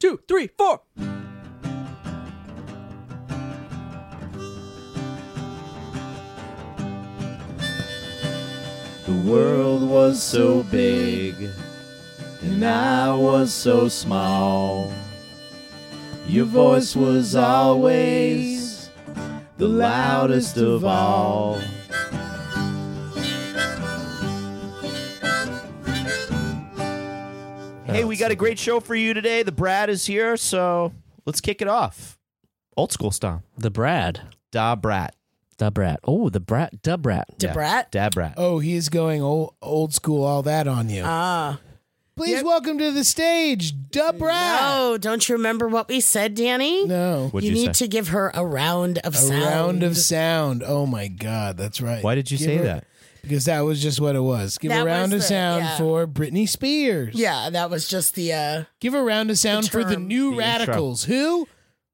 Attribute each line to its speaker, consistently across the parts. Speaker 1: two, three, four.
Speaker 2: The world was so big, and I was so small. Your voice was always the loudest of all. Hey, we got a great show for you today. The Brad is here, so let's kick it off. Old school style.
Speaker 3: The Brad.
Speaker 2: Da Brat.
Speaker 3: The Brat. Oh, the Brat. The Brat.
Speaker 2: Da
Speaker 4: Brat?
Speaker 2: Da Brat.
Speaker 5: Oh, he is going old, old school, all that on you.
Speaker 4: Ah.
Speaker 5: Please welcome to the stage, Dub Brad.
Speaker 4: Oh, don't you remember what we said, Danny?
Speaker 5: No.
Speaker 2: What'd
Speaker 4: you,
Speaker 2: you
Speaker 4: need
Speaker 2: say?
Speaker 4: to give her a round of
Speaker 5: A
Speaker 4: sound.
Speaker 5: round of sound. Oh my God, that's right.
Speaker 2: Why did you
Speaker 5: Give
Speaker 2: say
Speaker 5: her-
Speaker 2: that?
Speaker 5: Because that was just what it was. Give
Speaker 4: That
Speaker 5: a round
Speaker 4: was
Speaker 5: of
Speaker 4: the-
Speaker 5: sound
Speaker 4: yeah.
Speaker 5: for Britney Spears.
Speaker 4: Yeah, that was just the uh
Speaker 5: Give a round of sound for the
Speaker 4: term.
Speaker 2: The
Speaker 5: new
Speaker 2: intro.
Speaker 5: radicals. Who?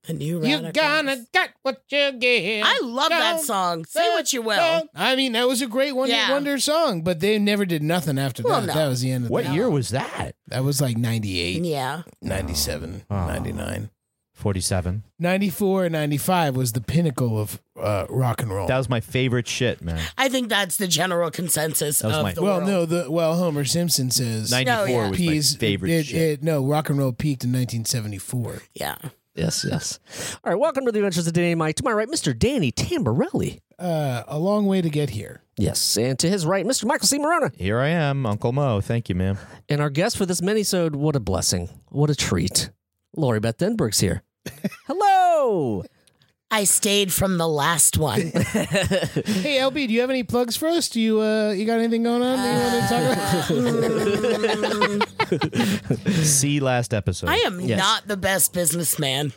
Speaker 4: the new
Speaker 5: You
Speaker 4: radicals.
Speaker 5: gonna get what you get.
Speaker 4: I love that song. Say what you will.
Speaker 5: I mean, that was a great one hit
Speaker 4: Yeah.
Speaker 5: wonder song, but they never did nothing after
Speaker 4: Well,
Speaker 5: that.
Speaker 4: no.
Speaker 5: That was the end of
Speaker 2: What
Speaker 5: that.
Speaker 2: year was that?
Speaker 5: That was like 98,
Speaker 4: Yeah.
Speaker 5: 97,
Speaker 2: Oh.
Speaker 5: 99.
Speaker 2: 47.
Speaker 5: 94 and 95 was the pinnacle of uh, rock and roll.
Speaker 2: That was my favorite shit, man.
Speaker 4: I think that's the general consensus
Speaker 2: That was
Speaker 4: of
Speaker 2: my-
Speaker 4: the
Speaker 5: well,
Speaker 4: world.
Speaker 5: no, the well Homer Simpson says
Speaker 2: 94
Speaker 4: yeah.
Speaker 2: was
Speaker 5: peas-
Speaker 2: my favorite
Speaker 5: it,
Speaker 2: shit.
Speaker 5: it- no, rock and roll peaked in 1974.
Speaker 4: Yeah.
Speaker 3: Yes, yes. All right, welcome to the Adventures of Danny and Mike. To my right, Mr. Danny Tamborelli.
Speaker 5: Uh, a long way to get here.
Speaker 3: Yes, and to his right, Mr. Michael C. Morona.
Speaker 2: Here I am, Uncle Mo. Thank you, ma'am.
Speaker 3: And our guest for this minisode, what a blessing. What a treat. Lori Beth Denberg's here. Hello.
Speaker 4: I stayed from the last one.
Speaker 5: Hey, LB, do you have any plugs for us? Do you uh, you got anything going on? that you want to talk about?
Speaker 4: Uh.
Speaker 2: See last episode.
Speaker 4: I am
Speaker 3: Yes.
Speaker 4: not the best businessman.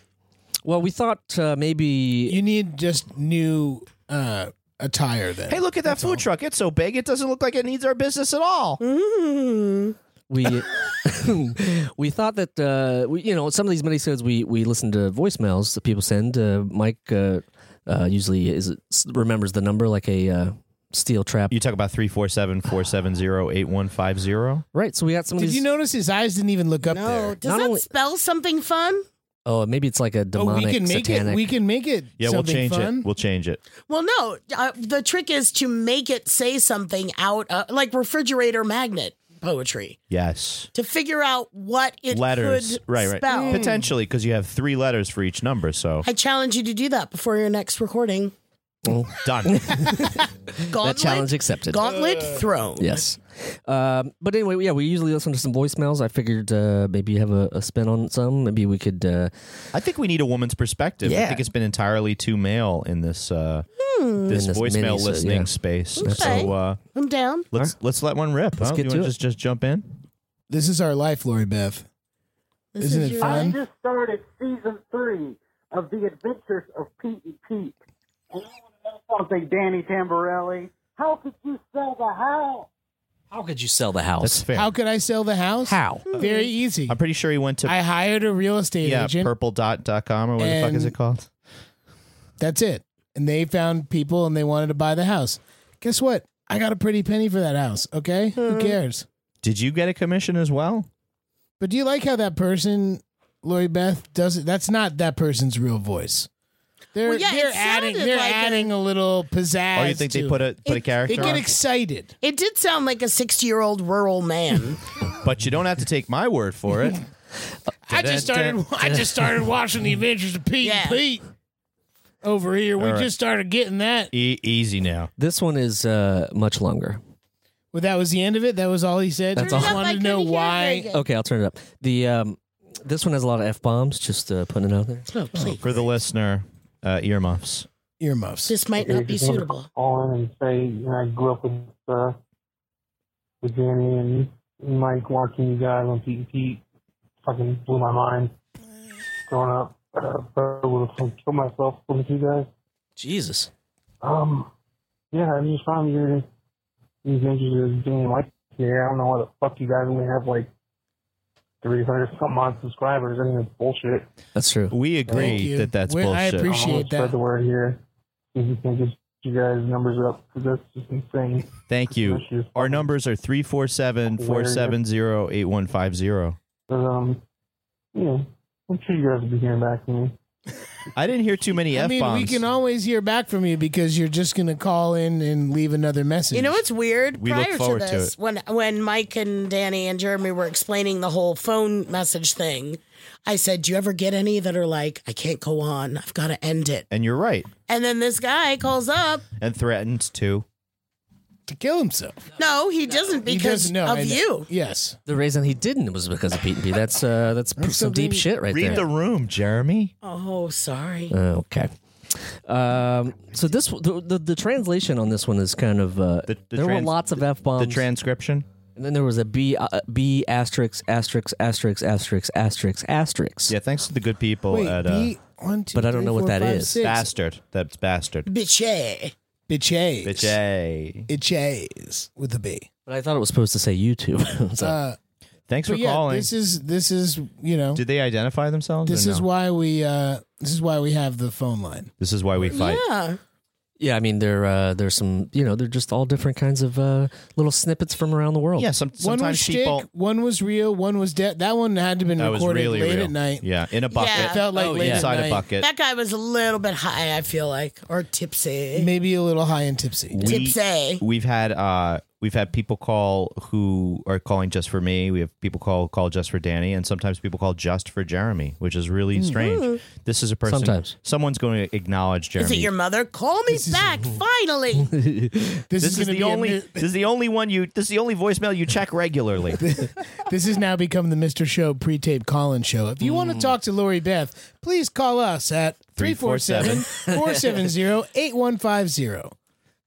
Speaker 3: Well, we thought uh, maybe
Speaker 5: You need just new uh, attire then.
Speaker 2: Hey, look at that food truck. It's so big, it doesn't look like it needs our business at all.
Speaker 4: Hmm?
Speaker 3: we we thought that uh, we, you know some of these minisodes we we listen to voicemails that people send. Uh, Mike uh, uh, usually is remembers the number like a uh, steel trap.
Speaker 2: You talk about 347 470 8150.
Speaker 3: right. So we got some of
Speaker 5: Did
Speaker 3: these.
Speaker 5: you notice his eyes didn't even look up
Speaker 4: No,
Speaker 5: there?
Speaker 4: Oh, does
Speaker 3: Not
Speaker 4: that
Speaker 3: only-
Speaker 4: spell something fun?
Speaker 3: oh, maybe it's like a
Speaker 5: Oh,
Speaker 3: demonic
Speaker 5: we can make
Speaker 3: satanic.
Speaker 5: it. We can make it.
Speaker 2: Yeah, we'll
Speaker 5: something
Speaker 2: change
Speaker 5: fun.
Speaker 2: it. We'll change it.
Speaker 4: Well, no. Uh, the trick is to make it say something out of, like refrigerator magnet poetry,
Speaker 2: Yes.
Speaker 4: to figure out what it
Speaker 2: letters.
Speaker 4: could
Speaker 2: Right, right.
Speaker 4: spell.
Speaker 2: Potentially, because you have three letters for each number. So
Speaker 4: I challenge you to do that before your next recording.
Speaker 2: done.
Speaker 4: Gauntlet,
Speaker 3: that challenge accepted.
Speaker 4: gauntlet thrown.
Speaker 3: Yes. Um, but anyway, yeah, we usually listen to some voicemails. I figured uh, maybe you have a, a spin on some. Maybe we could. Uh,
Speaker 2: I think we need a woman's perspective. I
Speaker 3: Yeah.
Speaker 2: think it's been entirely too male in this uh,
Speaker 5: Hmm.
Speaker 2: this,
Speaker 3: In this
Speaker 2: voicemail
Speaker 3: mini, so,
Speaker 2: listening
Speaker 3: yeah.
Speaker 2: space.
Speaker 4: Okay.
Speaker 2: So uh,
Speaker 4: I'm down.
Speaker 2: let's let's let one rip. Let's huh?
Speaker 3: get
Speaker 2: you
Speaker 3: to
Speaker 2: wanna
Speaker 3: it.
Speaker 2: Just just jump in.
Speaker 5: This is our life, Lori Beth.
Speaker 4: This
Speaker 5: Isn't
Speaker 4: is
Speaker 5: it
Speaker 4: your-
Speaker 6: I
Speaker 5: fun?
Speaker 6: just started season three of The Adventures of E Pete and Pete. And I want to know something, Danny Tamborelli. How could you sell the house?
Speaker 3: How could you sell the
Speaker 2: That's
Speaker 3: house?
Speaker 2: fair.
Speaker 5: How could I sell the house?
Speaker 3: How?
Speaker 5: Very easy.
Speaker 2: I'm pretty sure he went to
Speaker 5: I hired a real estate
Speaker 2: yeah
Speaker 5: agent.
Speaker 2: purple dot dot com or what the fuck is
Speaker 5: And-
Speaker 2: it called?
Speaker 5: That's it. And they found people and they wanted to buy the house. Guess what? I got a pretty penny for that house. Okay,
Speaker 4: Uh-huh.
Speaker 5: who cares?
Speaker 2: Did you get a commission as well?
Speaker 5: But do you like how that person, Lori Beth, does it? That's not that person's real voice. They're
Speaker 4: Well, yeah,
Speaker 5: they're
Speaker 4: it
Speaker 5: adding
Speaker 4: sounded
Speaker 5: they're
Speaker 4: like
Speaker 5: adding a, little pizzazz.
Speaker 2: Oh, you think they
Speaker 5: to
Speaker 2: put
Speaker 5: it.
Speaker 2: a put a
Speaker 5: They
Speaker 2: character
Speaker 5: get
Speaker 2: on?
Speaker 5: excited.
Speaker 4: It did sound like a 60 year old rural man.
Speaker 2: but you don't have to take my word for it.
Speaker 5: I just started. I just started watching The Adventures of Pete
Speaker 4: Yeah.
Speaker 5: and Pete over here. We
Speaker 2: All right.
Speaker 5: just started getting that.
Speaker 2: E- easy now.
Speaker 3: This one is uh, much longer.
Speaker 5: Well, that was the end of it. That was all he said.
Speaker 3: That's
Speaker 5: I
Speaker 3: all.
Speaker 5: just wanted to know why.
Speaker 2: Oh,
Speaker 3: Okay, I'll turn it up. The um, this one has a lot of f bombs. Just uh, putting it out there.
Speaker 4: Oh, please.
Speaker 2: For the listener, uh, earmuffs.
Speaker 5: Earmuffs.
Speaker 4: This might not be suitable.
Speaker 6: On and say, you know, I grew up with, uh, with Danny and Mike watching you guys on Pete and Pete. Fucking blew my mind growing up. Uh, I would have killed myself with you guys.
Speaker 3: Jesus.
Speaker 6: Um, yeah, I just found your these images of being like here. I don't know why the fuck you guys only have like three hundred some odd subscribers. I mean, it's bullshit.
Speaker 3: That's true.
Speaker 2: We
Speaker 5: Thank
Speaker 2: agree
Speaker 5: you.
Speaker 2: that that's
Speaker 5: We- I
Speaker 2: bullshit.
Speaker 6: I don't know,
Speaker 5: appreciate
Speaker 6: spread
Speaker 5: that.
Speaker 6: the word here. See If you can get you guys numbers up, 'cause that's just insane.
Speaker 2: Thank you.
Speaker 6: That's just-
Speaker 2: Our numbers are 347 470 8150.
Speaker 6: But um, yeah, I'm sure you guys will be hearing back from me.
Speaker 2: I didn't hear too many
Speaker 5: I
Speaker 2: f
Speaker 5: mean,
Speaker 2: bombs.
Speaker 5: we can always hear back from you because you're just going to call in and leave another message.
Speaker 4: You know what's weird?
Speaker 2: We look
Speaker 4: Prior
Speaker 2: forward
Speaker 4: to
Speaker 2: to
Speaker 4: this,
Speaker 2: it.
Speaker 4: when when Mike and Danny and Jeremy were explaining the whole phone message thing, I said, "Do you ever get any that are like, I can't go on. I've got to end it."
Speaker 2: and you're right.
Speaker 4: And then this guy calls up.
Speaker 2: And threatened to.
Speaker 5: to kill himself
Speaker 4: No, he doesn't
Speaker 5: He
Speaker 4: because
Speaker 5: doesn't know, I
Speaker 4: of
Speaker 5: know.
Speaker 4: you.
Speaker 5: Yes,
Speaker 3: The reason he didn't was because of Pete and Pete. That's uh, that's, some
Speaker 5: something-
Speaker 3: deep shit right
Speaker 2: Read
Speaker 3: there.
Speaker 2: the room, Jeremy.
Speaker 4: Oh, sorry.
Speaker 3: Uh, okay. Um, so this the, the the translation on this one is kind of uh,
Speaker 2: The- the
Speaker 3: there
Speaker 2: trans-
Speaker 3: were lots of f bombs.
Speaker 2: The transcription.
Speaker 3: and then there was a b uh, b asterisk asterisk asterisk asterisk asterisk asterisk.
Speaker 2: Yeah, thanks to the good people
Speaker 5: wait,
Speaker 2: at uh,
Speaker 5: B, one, two,
Speaker 3: but I don't know what that
Speaker 5: that is.
Speaker 3: is.
Speaker 2: Bastard. That's Bastard.
Speaker 4: Bitche.
Speaker 5: Bitches.
Speaker 2: Bitch A.
Speaker 5: Bitches with a B.
Speaker 3: But I thought it was supposed to say YouTube. so,
Speaker 5: Uh,
Speaker 2: Thanks for
Speaker 5: but yeah,
Speaker 2: calling.
Speaker 5: this is this is you know
Speaker 2: Did they identify themselves?
Speaker 5: this
Speaker 2: or
Speaker 5: is
Speaker 2: no?
Speaker 5: why we uh this is why we have the phone line.
Speaker 2: This is why we fight.
Speaker 4: Yeah.
Speaker 3: yeah, I mean there uh, there's some you know they're just all different kinds of uh, little snippets from around the world.
Speaker 2: Yeah, some,
Speaker 5: One was
Speaker 2: sometimes
Speaker 5: shtick,
Speaker 2: people.
Speaker 5: one was real, one was dead. That one had to have been
Speaker 2: That was
Speaker 5: recorded
Speaker 2: really
Speaker 5: late
Speaker 2: real.
Speaker 5: at night.
Speaker 2: Yeah, in a bucket.
Speaker 4: Yeah.
Speaker 5: Felt like
Speaker 3: Oh,
Speaker 5: late
Speaker 3: yeah.
Speaker 5: at
Speaker 2: Inside a
Speaker 5: night.
Speaker 2: bucket.
Speaker 4: That guy was a little bit high, I feel like, or tipsy.
Speaker 5: Maybe a little high and tipsy.
Speaker 2: We-
Speaker 4: Tipsy.
Speaker 2: We've had uh we've had people call who are calling just for me. We have people call call just for Danny, and sometimes people call just for Jeremy, which is really
Speaker 5: Hmm.
Speaker 2: strange. This is a person.
Speaker 3: Sometimes.
Speaker 2: someone's going to acknowledge Jeremy.
Speaker 4: Is it your mother? Call me back, finally.
Speaker 5: This,
Speaker 2: this is
Speaker 5: gonna
Speaker 2: the
Speaker 5: be a
Speaker 2: only.
Speaker 5: mi-
Speaker 2: this is the only one you. This is the only voicemail you check regularly.
Speaker 5: This has now become the Mr. Show pre taped call in show. If you want
Speaker 2: Mm.
Speaker 5: to talk to Lori Beth, please call us at 347 470 8150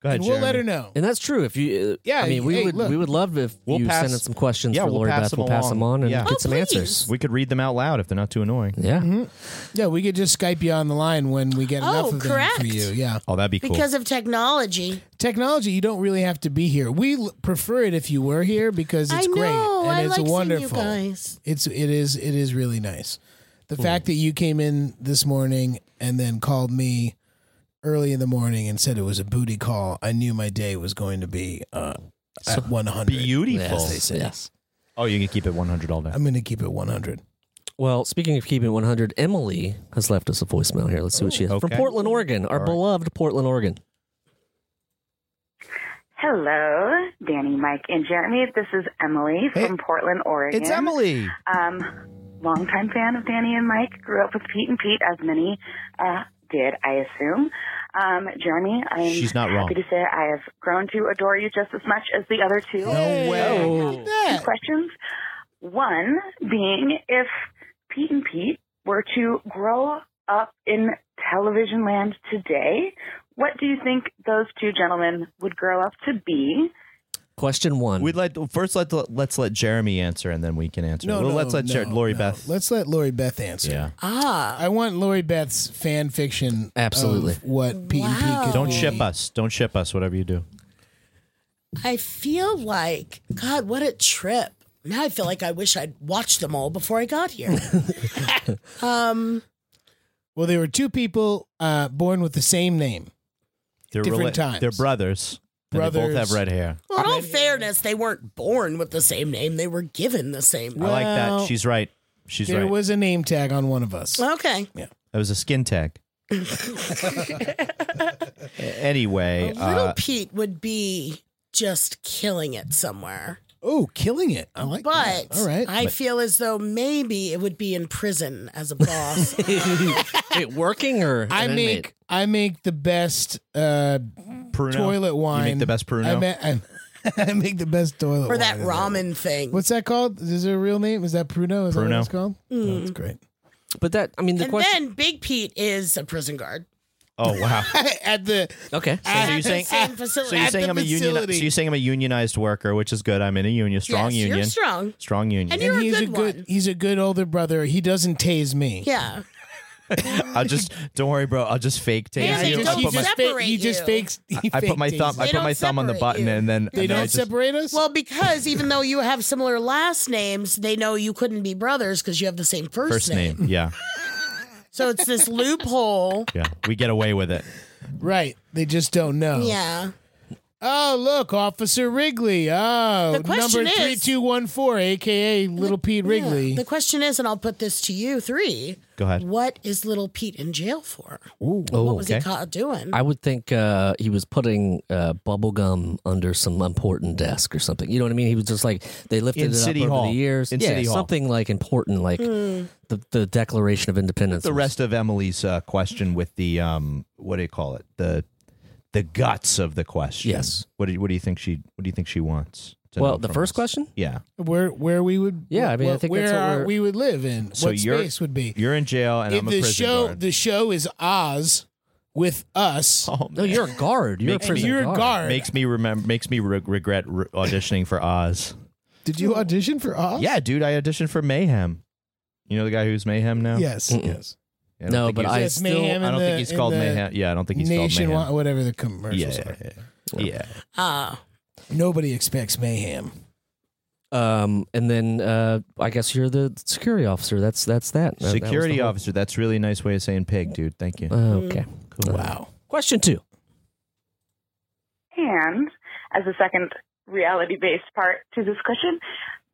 Speaker 2: Go ahead,
Speaker 5: and we'll let
Speaker 2: Jeremy.
Speaker 5: her know.
Speaker 3: And that's true. If you, uh,
Speaker 5: Yeah,
Speaker 3: I mean, we
Speaker 5: hey,
Speaker 3: would
Speaker 5: look.
Speaker 3: we would love if
Speaker 2: We'll
Speaker 3: you
Speaker 2: pass-
Speaker 3: send in some questions
Speaker 2: yeah,
Speaker 3: for
Speaker 2: we'll
Speaker 3: Lori
Speaker 2: pass
Speaker 3: Beth.
Speaker 2: them
Speaker 3: We'll pass them
Speaker 2: along.
Speaker 3: on and
Speaker 2: Yeah.
Speaker 3: get
Speaker 2: Oh,
Speaker 3: some
Speaker 4: please.
Speaker 3: answers.
Speaker 2: We could read them out loud if they're not too annoying.
Speaker 3: Yeah,
Speaker 5: Yeah, we could just Skype you on the line when we get enough
Speaker 4: Oh,
Speaker 5: of them
Speaker 4: correct.
Speaker 5: for you. Yeah.
Speaker 2: Oh, that'd be cool.
Speaker 4: Because of technology.
Speaker 5: Technology, you don't really have to be here. We l- prefer it if you were here because it's
Speaker 4: I know.
Speaker 5: great and
Speaker 4: I
Speaker 5: it's
Speaker 4: like
Speaker 5: wonderful.
Speaker 4: seeing you guys.
Speaker 5: It's it is it is really nice. The
Speaker 2: Hmm.
Speaker 5: fact that you came in this morning and then called me early in the morning and said it was a booty call, I knew my day was going to be uh, at one hundred.
Speaker 2: Beautiful.
Speaker 3: yes, yes.
Speaker 2: Oh, you can keep it 100 all day.
Speaker 5: I'm going to keep it one hundred.
Speaker 3: Well, speaking of keeping it 100, Emily has left us a voicemail here. Let's see what she has from
Speaker 2: okay.
Speaker 3: Portland, Oregon, our
Speaker 2: All right.
Speaker 3: beloved Portland, Oregon.
Speaker 1: Hello, Danny, Mike, and Jeremy. This is Emily from Portland, Oregon.
Speaker 2: It's Emily.
Speaker 1: Um, longtime fan of Danny and Mike. Grew up with Pete and Pete, as many uh, did, I assume. Um, Jeremy, I'm
Speaker 2: She's not wrong.
Speaker 1: happy to say I have grown to adore you just as much as the other two.
Speaker 5: No way.
Speaker 1: Two questions. One being if Pete and Pete were to grow up in television land today, what do you think those two gentlemen would grow up to be?
Speaker 3: Question
Speaker 5: Um,
Speaker 3: one.
Speaker 2: We'd let first let let's let Jeremy answer and then we can answer.
Speaker 5: No,
Speaker 2: Well,
Speaker 5: no,
Speaker 2: let's let Jer-
Speaker 5: no,
Speaker 2: Lori
Speaker 5: no.
Speaker 2: Beth.
Speaker 5: Let's let Lori Beth answer.
Speaker 2: yeah.
Speaker 4: Ah,
Speaker 5: I want Lori Beth's fan fiction.
Speaker 3: Absolutely.
Speaker 5: Of what E Pete and Pete
Speaker 4: Wow.
Speaker 5: could
Speaker 2: Don't
Speaker 5: be.
Speaker 2: ship us. Don't ship us. Whatever you do.
Speaker 4: I feel like, God, what a trip. Now I feel like I wish I'd watched them all before I got here. um,
Speaker 5: Well, there were two people uh, born with the same name.
Speaker 2: They're
Speaker 5: Different times.
Speaker 2: They're brothers. and they both
Speaker 5: Brothers.
Speaker 2: have red hair.
Speaker 4: well, in all fairness, they weren't born with the same name. They were given the same name.
Speaker 2: I like
Speaker 5: Well,
Speaker 2: that. She's right. She's
Speaker 5: there
Speaker 2: right.
Speaker 5: was a name tag on one of us.
Speaker 4: Okay.
Speaker 2: that was a skin tag. anyway,
Speaker 4: Little
Speaker 2: uh,
Speaker 4: Pete would be just killing it somewhere.
Speaker 5: Oh, killing it! I like
Speaker 4: But
Speaker 5: that. All right,
Speaker 4: I feel as though maybe it would be in prison as a boss.
Speaker 3: Wait, working or
Speaker 5: I
Speaker 3: an
Speaker 5: make
Speaker 3: inmate?
Speaker 5: I make the best uh,
Speaker 2: Pruno.
Speaker 5: toilet wine.
Speaker 2: You make the best Pruno.
Speaker 5: I, ma- I, I make the best toilet.
Speaker 4: or that
Speaker 5: wine.
Speaker 4: ramen thing.
Speaker 5: What's that called? Is there a real name? Is that Pruno? Is that
Speaker 2: Pruno.
Speaker 5: what it's called?
Speaker 4: Mm.
Speaker 5: Oh, that's great.
Speaker 3: But that I mean the
Speaker 4: and
Speaker 3: question.
Speaker 4: then Big Pete is a prison guard.
Speaker 2: oh wow.
Speaker 5: At the
Speaker 3: okay.
Speaker 2: So you're saying-
Speaker 4: Same facility.
Speaker 2: So you're
Speaker 5: At
Speaker 2: saying
Speaker 5: the
Speaker 2: I'm a union. So
Speaker 5: facility.
Speaker 2: you're saying I'm a unionized worker, which is good. I'm in a union, strong
Speaker 4: Yes,
Speaker 2: union,
Speaker 4: You're strong.
Speaker 2: strong union.
Speaker 4: And
Speaker 5: and
Speaker 4: You're a
Speaker 5: he's
Speaker 4: good
Speaker 5: good
Speaker 4: one.
Speaker 5: he's a good older brother. He doesn't tase me.
Speaker 4: Yeah.
Speaker 2: I'll just don't worry, bro. I'll just fake tase
Speaker 4: Yeah, they
Speaker 2: you.
Speaker 4: don't
Speaker 2: I'll put my-
Speaker 5: just
Speaker 4: separate
Speaker 5: fa- he just
Speaker 4: you.
Speaker 5: fakes. He
Speaker 2: I put
Speaker 5: fake
Speaker 2: my thumb.
Speaker 5: tases.
Speaker 2: I
Speaker 4: They
Speaker 2: put my
Speaker 4: don't
Speaker 2: thumb on the
Speaker 4: separate
Speaker 2: button,
Speaker 4: you.
Speaker 2: and then
Speaker 5: They
Speaker 2: and then I
Speaker 5: don't
Speaker 2: just-
Speaker 5: separate us.
Speaker 4: Well, because even though you have similar last names, they know you couldn't be brothers because you have the same first,
Speaker 2: first name. Yeah,
Speaker 4: So it's this loophole.
Speaker 2: yeah. We get away with it.
Speaker 5: Oh. right? They just don't know.
Speaker 4: Yeah.
Speaker 5: Oh, look, Officer Wrigley. Oh,
Speaker 4: The question
Speaker 5: number
Speaker 4: is-
Speaker 5: 3214, aka Little Pete Wrigley.
Speaker 4: Yeah. The question is, and I'll put this to you three.
Speaker 2: Go ahead.
Speaker 4: What is little Pete in jail for?
Speaker 3: Oh,
Speaker 4: what was he
Speaker 2: okay.
Speaker 4: caught doing?
Speaker 3: I would think uh, he was putting uh, bubble gum under some important desk or something. You know what I mean? He was just like they lifted
Speaker 2: In
Speaker 3: it
Speaker 2: City
Speaker 3: up over
Speaker 2: Hall.
Speaker 3: the years.
Speaker 2: In
Speaker 3: yeah,
Speaker 2: City Hall.
Speaker 3: something like important, like
Speaker 5: Hmm.
Speaker 3: the the Declaration of Independence.
Speaker 2: the
Speaker 3: was-
Speaker 2: rest of Emily's uh, question with the um, what do you call it? The the guts of the question.
Speaker 3: Yes.
Speaker 2: What do you, what do you think she What do you think she wants? to
Speaker 3: Well,
Speaker 2: know
Speaker 3: the
Speaker 2: from
Speaker 3: first
Speaker 2: us?
Speaker 3: question.
Speaker 2: Yeah,
Speaker 5: where where we would
Speaker 3: Yeah, I mean, I
Speaker 5: wh-
Speaker 3: think
Speaker 5: where
Speaker 3: that's what
Speaker 5: are-
Speaker 3: we're-
Speaker 5: we would live in.
Speaker 2: So
Speaker 5: what
Speaker 2: you're-
Speaker 5: space would be?
Speaker 2: you're in jail, and
Speaker 5: If
Speaker 2: I'm a
Speaker 5: the
Speaker 2: prison
Speaker 5: show
Speaker 2: guard.
Speaker 5: the show is Oz with us.
Speaker 2: oh,
Speaker 3: No, you're a guard. You're a
Speaker 2: Makes me-
Speaker 5: and
Speaker 3: prison
Speaker 5: you're a guard.
Speaker 2: makes me remember. Makes me re- regret re- auditioning for Oz.
Speaker 5: Did you audition for Oz?
Speaker 2: Yeah, dude, I auditioned for Mayhem. You know the guy who's Mayhem now?
Speaker 5: Yes.
Speaker 3: Mm-mm.
Speaker 5: Yes.
Speaker 2: I don't
Speaker 3: No,
Speaker 2: think
Speaker 3: but
Speaker 2: he's-
Speaker 3: I
Speaker 5: Yes,
Speaker 3: still-
Speaker 5: Mayhem
Speaker 2: I
Speaker 5: in
Speaker 2: don't
Speaker 5: the-
Speaker 2: think he's
Speaker 5: in
Speaker 2: called
Speaker 5: the
Speaker 2: Mayhem. Yeah, I don't think he's called Mayhem.
Speaker 5: Nationwide, whatever the commercials
Speaker 2: yeah,
Speaker 5: are.
Speaker 2: yeah, yeah. yeah.
Speaker 4: Uh,
Speaker 5: Nobody expects mayhem.
Speaker 3: Um, and then uh, I guess you're the security officer. That's that's that. That- that was the
Speaker 2: Security
Speaker 3: whole-
Speaker 2: officer. That's really a nice way of saying pig, dude. Thank you.
Speaker 3: Uh,
Speaker 5: Hmm.
Speaker 3: okay.
Speaker 5: Wow.
Speaker 3: Question two.
Speaker 1: And as a second reality based part to this question,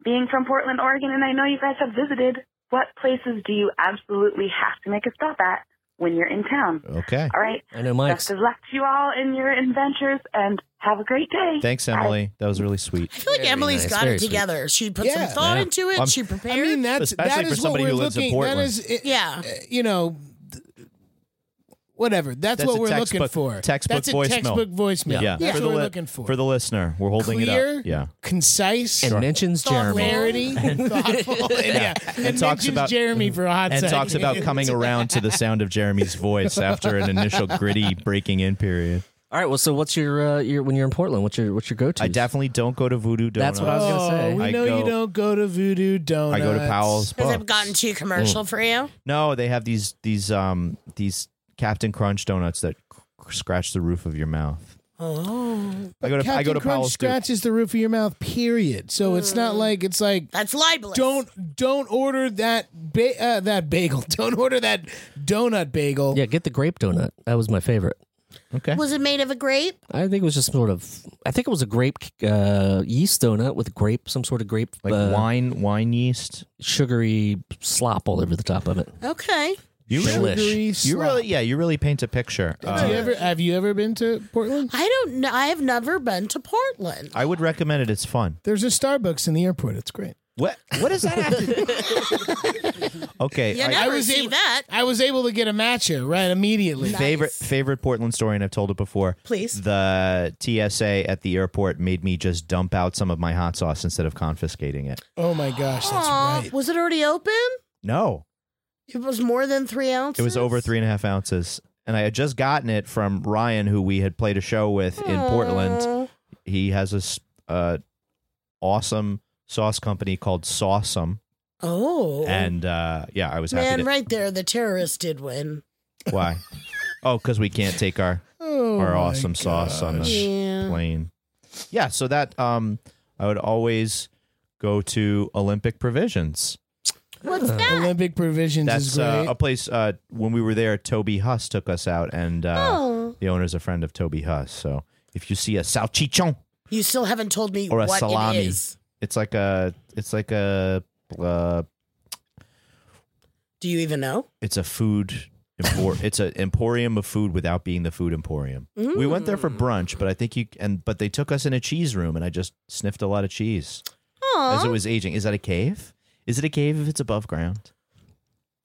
Speaker 1: being from Portland, Oregon, and I know you guys have visited, what places do you absolutely have to make a stop at when you're in town?
Speaker 2: Okay.
Speaker 1: All right.
Speaker 3: I know
Speaker 1: Best
Speaker 3: Mike's.
Speaker 1: of luck to you all in your adventures and have a great day.
Speaker 2: Thanks, Emily. That was really sweet.
Speaker 4: I feel like
Speaker 3: Very
Speaker 4: Emily's
Speaker 3: nice,
Speaker 4: got
Speaker 3: very
Speaker 4: it
Speaker 3: sweet.
Speaker 4: together. She put
Speaker 5: Yeah.
Speaker 4: some thought
Speaker 2: Yeah.
Speaker 4: into it.
Speaker 2: Um,
Speaker 4: she
Speaker 5: I
Speaker 4: prepared.
Speaker 5: mean that's
Speaker 2: Especially for
Speaker 5: that is what
Speaker 2: somebody
Speaker 5: we're
Speaker 2: who lives in
Speaker 5: looking. That
Speaker 2: Portland.
Speaker 5: is, it-
Speaker 4: yeah.
Speaker 5: uh, you know, th- whatever. That's,
Speaker 2: That's
Speaker 5: what
Speaker 2: a
Speaker 5: we're looking
Speaker 2: textbook-
Speaker 5: for.
Speaker 2: textbook
Speaker 5: That's a
Speaker 2: voicemail.
Speaker 5: textbook voicemail.
Speaker 2: Yeah.
Speaker 5: That's
Speaker 2: For the
Speaker 5: what we're
Speaker 2: li-
Speaker 5: looking for.
Speaker 2: For the listener, we're holding
Speaker 5: Clear,
Speaker 2: it up. Yeah.
Speaker 5: concise,
Speaker 3: And mentions
Speaker 4: Thoughtful.
Speaker 3: Jeremy.
Speaker 5: clarity, and thoughtful. And, yeah. and,
Speaker 2: talks
Speaker 5: mentions
Speaker 2: about-
Speaker 5: Jeremy for a hot
Speaker 2: And
Speaker 5: second.
Speaker 2: talks about coming around to the sound of Jeremy's voice after an initial gritty breaking in period.
Speaker 3: All right. Well, so what's your uh, your when you're in Portland? What's your what's your go to?
Speaker 2: I definitely don't go to Voodoo Donut.
Speaker 3: That's what I was gonna say.
Speaker 5: Oh, we
Speaker 2: I
Speaker 5: know you
Speaker 2: go-
Speaker 5: don't go to Voodoo Donuts.
Speaker 2: I go to Powell's.
Speaker 4: Because
Speaker 2: Books.
Speaker 4: I've gotten too commercial for you.
Speaker 2: No, they have these these um these Captain Crunch donuts that cr- scratch the roof of your mouth.
Speaker 4: Oh.
Speaker 2: I go to
Speaker 5: Captain
Speaker 2: I go to
Speaker 5: Crunch
Speaker 2: Powell's too.
Speaker 5: scratches the roof of your mouth. Period. So it's
Speaker 4: Mm.
Speaker 5: not like it's like
Speaker 4: That's libelous.
Speaker 5: don't don't order that ba- uh, that bagel. Don't order that donut bagel.
Speaker 3: Yeah, get the grape donut. That was my favorite.
Speaker 2: Okay.
Speaker 4: Was it made of a grape?
Speaker 3: I think it was just sort of. I think it was a grape uh, yeast donut with grape, some sort of grape
Speaker 2: Like
Speaker 3: uh,
Speaker 2: wine wine yeast.
Speaker 3: sugary slop all over the top of it.
Speaker 4: Okay.
Speaker 2: You
Speaker 3: Delish.
Speaker 5: Sugary
Speaker 2: you
Speaker 5: slop.
Speaker 2: really yeah, you really paint a picture.
Speaker 5: Do
Speaker 2: Uh,
Speaker 5: you ever have you ever been to Portland?
Speaker 4: I don't know. I have never been to Portland.
Speaker 2: I would recommend it. It's fun.
Speaker 5: There's a Starbucks in the airport. It's great.
Speaker 2: What what does that have to- Okay.
Speaker 4: You
Speaker 2: I-
Speaker 4: never
Speaker 5: was
Speaker 4: see
Speaker 5: able-
Speaker 4: that.
Speaker 5: I was able to get a matcha right immediately.
Speaker 2: Favorite favorite Portland story, and I've told it before.
Speaker 4: Please.
Speaker 2: the TSA at the airport made me just dump out some of my hot sauce instead of confiscating it.
Speaker 5: Oh my gosh, that's
Speaker 4: Aw,
Speaker 5: right.
Speaker 4: Was it already open?
Speaker 2: No,
Speaker 4: It was more than three ounces.
Speaker 2: It was over three and a half ounces. And I had just gotten it from Ryan, who we had played a show with in Portland.
Speaker 4: Oh.
Speaker 2: He has this uh, awesome sauce company called Sawsome.
Speaker 4: Oh.
Speaker 2: And uh, yeah, I was happy
Speaker 4: Man,
Speaker 2: to.
Speaker 4: right there, the terrorists did win.
Speaker 2: Why? Oh, because we can't take our,
Speaker 5: Oh,
Speaker 2: our
Speaker 5: my
Speaker 2: awesome sauce on
Speaker 5: gosh.
Speaker 2: the
Speaker 4: Yeah.
Speaker 2: plane. Yeah, so that um, I would always go to Olympic Provisions.
Speaker 4: What's that?
Speaker 5: Uh, Olympic provisions
Speaker 2: That's
Speaker 5: is great.
Speaker 2: uh, a place uh, when we were there, Toby Huss took us out, and uh,
Speaker 4: Oh.
Speaker 2: the owner's a friend of Toby Huss. So if you see a salchichon,
Speaker 4: You still haven't told me
Speaker 2: Or a
Speaker 4: what
Speaker 2: salami.
Speaker 4: it is.
Speaker 2: It's like a it's like a uh,
Speaker 4: Do you even know?
Speaker 2: it's a food empor- it's an emporium of food without being the food emporium. We went there for brunch, but I think you and but they took us in a cheese room and I just sniffed a lot of cheese
Speaker 4: Aw.
Speaker 2: as it was aging. Is that a cave? Is it a cave if it's above ground?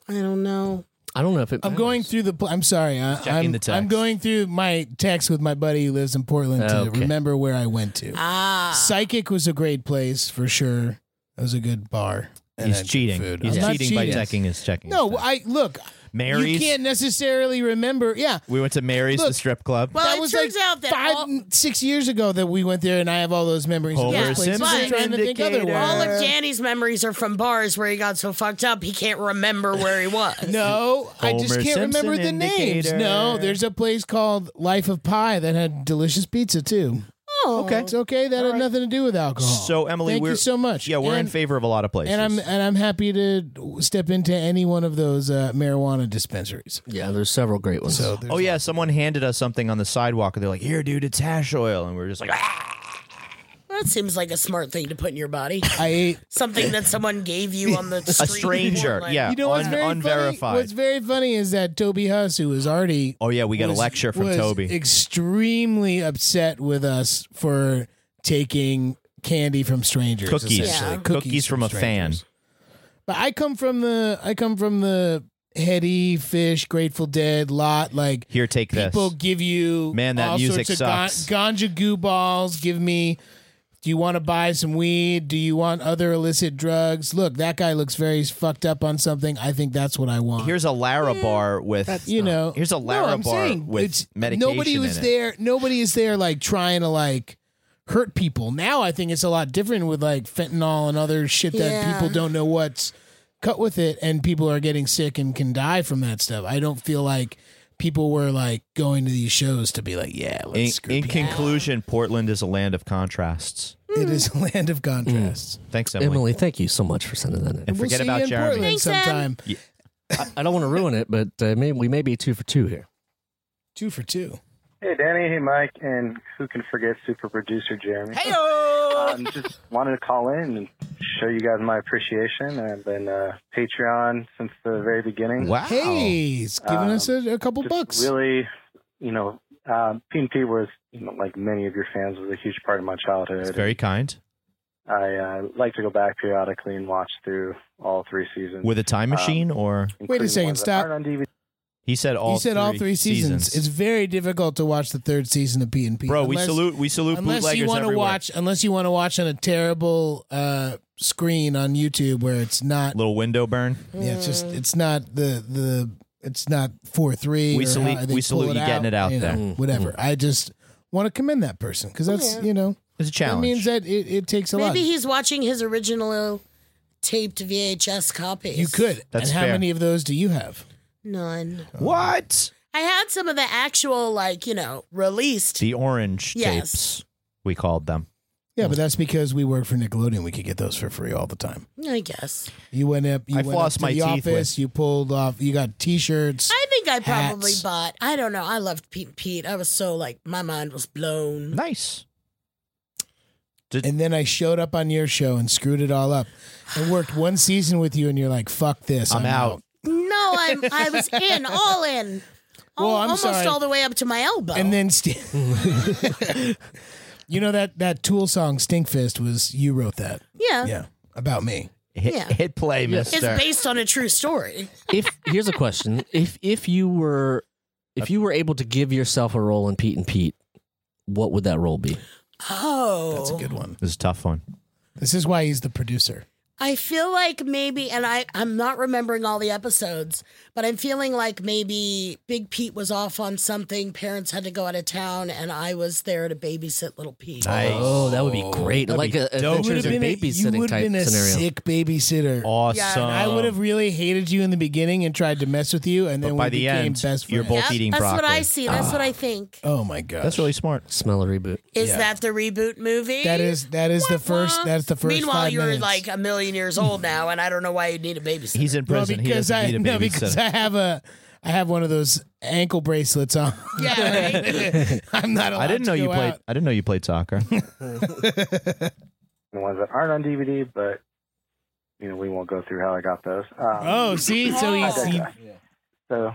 Speaker 4: I don't know.
Speaker 3: I don't know if it.
Speaker 5: I'm going
Speaker 3: matters.
Speaker 5: through the. pl- I'm sorry. I,
Speaker 2: Checking
Speaker 5: I'm,
Speaker 2: the text.
Speaker 5: I'm going through my text with my buddy who lives in Portland to
Speaker 3: Okay.
Speaker 5: remember where I went to.
Speaker 4: Ah.
Speaker 5: Psychic was a great place for sure. That was a good bar. and
Speaker 2: He's
Speaker 5: had good
Speaker 2: cheating.
Speaker 5: food.
Speaker 2: He's
Speaker 5: I'm not
Speaker 2: cheating, by checking his checking.
Speaker 5: No,
Speaker 2: his
Speaker 5: I look. You
Speaker 2: Mary's.
Speaker 5: can't necessarily remember. Yeah,
Speaker 2: we went to Mary's, the
Speaker 5: Look.
Speaker 2: strip club.
Speaker 4: well,
Speaker 5: that
Speaker 4: it
Speaker 5: was
Speaker 4: turns
Speaker 5: like
Speaker 4: out that
Speaker 5: five,
Speaker 4: all,
Speaker 5: six years ago that we went there, and I have all those memories.
Speaker 2: Homer
Speaker 5: of those places.
Speaker 4: Simpson
Speaker 5: I'm trying to think
Speaker 2: indicator.
Speaker 5: otherwise.
Speaker 4: all of Danny's memories are from bars where he got so fucked up he can't remember where he was.
Speaker 5: No, I just
Speaker 2: Homer
Speaker 5: can't
Speaker 2: Simpson
Speaker 5: remember the names.
Speaker 2: indicator.
Speaker 5: No, there's a place called Life of Pie that had delicious pizza too.
Speaker 4: Oh.
Speaker 2: Okay.
Speaker 5: It's okay. That had nothing to do with alcohol.
Speaker 2: So Emily,
Speaker 5: oh. thank
Speaker 2: we're
Speaker 5: you so much.
Speaker 2: Yeah, we're in
Speaker 5: And-
Speaker 2: favor of a lot of places.
Speaker 5: And I'm and I'm happy to step into any one of those uh, marijuana dispensaries.
Speaker 3: Yeah, there's several great ones.
Speaker 5: So there's-
Speaker 2: oh yeah, someone handed us something on the sidewalk, and they're like, "Here, dude, it's hash oil," and we're just like, "Ah."
Speaker 4: That seems like a smart thing to put in your body.
Speaker 5: I ate.
Speaker 4: Something that someone gave you on the street.
Speaker 2: stranger,
Speaker 4: Like,
Speaker 2: yeah.
Speaker 5: You know what's
Speaker 2: Un-
Speaker 5: very
Speaker 2: unverified.
Speaker 5: funny? What's very funny is that Toby Huss, who was already
Speaker 2: "Oh yeah, we got
Speaker 5: was-
Speaker 2: a lecture from
Speaker 5: was
Speaker 2: Toby."
Speaker 5: Extremely upset with us for taking candy from strangers.
Speaker 2: Cookies.
Speaker 5: essentially.
Speaker 4: Yeah.
Speaker 2: Cookies from a fan.
Speaker 5: strangers. But I come from the I come from the heady fish, Grateful Dead lot. Like
Speaker 2: Here, take this.
Speaker 5: people give you
Speaker 2: Man, that
Speaker 5: all
Speaker 2: music
Speaker 5: sorts of gon-
Speaker 2: sucks.
Speaker 5: ganja goo balls. Give me. Do you want to buy some weed? Do you want other illicit drugs? Look, that guy looks very fucked up on something. I think that's what I want.
Speaker 2: Here's a Lara bar with
Speaker 5: you know.
Speaker 2: Here's a
Speaker 5: No, I'm
Speaker 2: Larabar
Speaker 5: saying
Speaker 2: with
Speaker 5: it's-
Speaker 2: medication
Speaker 5: Nobody was
Speaker 2: in it.
Speaker 5: there. Nobody is there like trying to like hurt people. Now I think it's a lot different with like fentanyl and other shit that
Speaker 4: Yeah.
Speaker 5: people don't know what's cut with it, and people are getting sick and can die from that stuff. I don't feel like people were like going to these shows to be like, yeah, let's
Speaker 2: In,
Speaker 5: screw
Speaker 2: in
Speaker 5: people.
Speaker 2: conclusion, Portland is a land of contrasts.
Speaker 5: It is a land of contrasts.
Speaker 2: Thanks, Emily.
Speaker 3: Emily, thank you so much for sending that in.
Speaker 2: Mm. And forget
Speaker 5: we'll see
Speaker 2: about
Speaker 5: you in
Speaker 2: Jeremy.
Speaker 5: Portland
Speaker 4: Thanks, Em.
Speaker 5: sometime.
Speaker 3: I, I don't want to ruin it, but uh, may we may be two for two here.
Speaker 5: Two for two.
Speaker 7: Hey, Danny. Hey, Mike. And who can forget super producer Jeremy? Hey, um, Just wanted to call in and show you guys my appreciation. I've been uh, Patreon since the very beginning.
Speaker 2: Wow.
Speaker 5: Hey, he's giving us a, a couple
Speaker 7: Just
Speaker 5: bucks.
Speaker 7: Really, you know, um, P&P was, you know, like many of your fans, was a huge part of my
Speaker 2: That's
Speaker 7: childhood.
Speaker 2: very kind.
Speaker 7: I uh, like to go back periodically and watch through all three seasons.
Speaker 2: With a time
Speaker 4: Um,
Speaker 2: machine, or
Speaker 7: including the
Speaker 5: second,
Speaker 7: ones that
Speaker 5: stop.
Speaker 7: aren't on DVD.
Speaker 2: he said all.
Speaker 5: you said
Speaker 2: three
Speaker 5: all three seasons. It's very difficult to watch the third season of P and P.
Speaker 2: Bro, we salute we salute
Speaker 5: Unless
Speaker 2: bootleggers
Speaker 5: you want to
Speaker 2: everywhere.
Speaker 5: watch, unless you want to watch on a terrible uh, screen on YouTube where it's not,
Speaker 2: Little window burn.
Speaker 5: yeah, it's just it's not the the it's not four three.
Speaker 2: We
Speaker 5: or
Speaker 2: salute-
Speaker 5: how they
Speaker 2: we salute
Speaker 5: pull
Speaker 2: you getting it out
Speaker 5: you know,
Speaker 2: there. Mm-hmm.
Speaker 5: Whatever. I just want to commend that person because that's you know
Speaker 2: It's a
Speaker 5: that
Speaker 2: challenge.
Speaker 5: means that it, it takes a lot.
Speaker 4: Maybe he's watching his original taped VHS copies.
Speaker 5: you could.
Speaker 2: That's
Speaker 5: and how
Speaker 2: fair.
Speaker 5: many of those do you have?
Speaker 4: None.
Speaker 2: Uh, what?
Speaker 4: I had some of the actual, like, you know, released.
Speaker 2: The orange
Speaker 4: Yes.
Speaker 2: tapes. We called them.
Speaker 5: Yeah,
Speaker 2: Mm.
Speaker 5: but that's because we work for Nickelodeon. We could get those for free all the time.
Speaker 4: I guess.
Speaker 5: You went up. You
Speaker 2: I
Speaker 5: went
Speaker 2: flossed
Speaker 5: up to
Speaker 2: my
Speaker 5: the
Speaker 2: teeth
Speaker 5: office. You pulled off. You got T-shirts.
Speaker 4: I think I probably
Speaker 5: Hats.
Speaker 4: bought. I don't know. I loved Pete and Pete. I was so like my mind was blown.
Speaker 2: Nice.
Speaker 5: And then I showed up on your show and screwed it all up and worked one season with you and you're like, fuck this. I'm,
Speaker 2: I'm out.
Speaker 4: No, I I was in, all in. All,
Speaker 5: Well, I'm
Speaker 4: almost
Speaker 5: sorry.
Speaker 4: all the way up to my elbow.
Speaker 5: And then st- You know that that Tool song Stinkfist was you wrote that.
Speaker 3: Uh-huh.
Speaker 4: yeah,
Speaker 5: Yeah. About me.
Speaker 2: Hit,
Speaker 4: Yeah.
Speaker 2: hit play,
Speaker 4: it's
Speaker 2: mister.
Speaker 4: based on a true story.
Speaker 3: If here's a question: if if you were if you were able to give yourself a role in Pete and Pete, what would that role be?
Speaker 4: Oh,
Speaker 5: That's a good one.
Speaker 2: This is a tough one.
Speaker 5: This is why he's the producer.
Speaker 4: I feel like maybe, and I I'm not remembering all the episodes, but I'm feeling like maybe Big Pete was off on something. Parents had to go out of town, and I was there to babysit little Pete.
Speaker 2: Nice.
Speaker 3: Oh, that would be great!
Speaker 2: That'd
Speaker 3: like
Speaker 2: be
Speaker 3: a
Speaker 2: dope.
Speaker 3: adventures in
Speaker 2: Would've
Speaker 5: you
Speaker 3: babysitting
Speaker 5: would have
Speaker 3: type
Speaker 5: been a
Speaker 3: scenario.
Speaker 5: sick babysitter.
Speaker 2: Awesome.
Speaker 4: Yeah, and
Speaker 5: I would have really hated you in the beginning and tried to mess with you, and
Speaker 2: But
Speaker 5: then
Speaker 2: by
Speaker 5: we
Speaker 2: the
Speaker 5: became
Speaker 2: end,
Speaker 5: best friends.
Speaker 2: you're both-
Speaker 4: Yep,
Speaker 2: eating
Speaker 4: that's what
Speaker 2: broccoli. Ah.
Speaker 4: I see. That's what I think.
Speaker 5: oh my god,
Speaker 2: That's really smart.
Speaker 3: Smell a reboot.
Speaker 4: Is that the reboot movie?
Speaker 5: That is that is the first. That's the first.
Speaker 4: Meanwhile,
Speaker 5: five
Speaker 4: you're
Speaker 5: minutes.
Speaker 4: like a million years old now, and I don't know why you'd need a babysitter.
Speaker 2: He's in
Speaker 5: Well,
Speaker 2: prison. he
Speaker 5: because
Speaker 2: doesn't
Speaker 5: I
Speaker 2: need a
Speaker 5: no,
Speaker 2: babysitter.
Speaker 5: because I have a I have one of those ankle bracelets on.
Speaker 4: yeah, right?
Speaker 5: I'm not. Allowed
Speaker 2: I didn't
Speaker 5: to
Speaker 2: know you
Speaker 5: go
Speaker 2: played.
Speaker 5: out.
Speaker 2: I didn't know you played soccer.
Speaker 7: The ones that aren't on DVD, but, you know, we won't go through how I got those. Um,
Speaker 5: Oh, see, so he's he,
Speaker 7: So,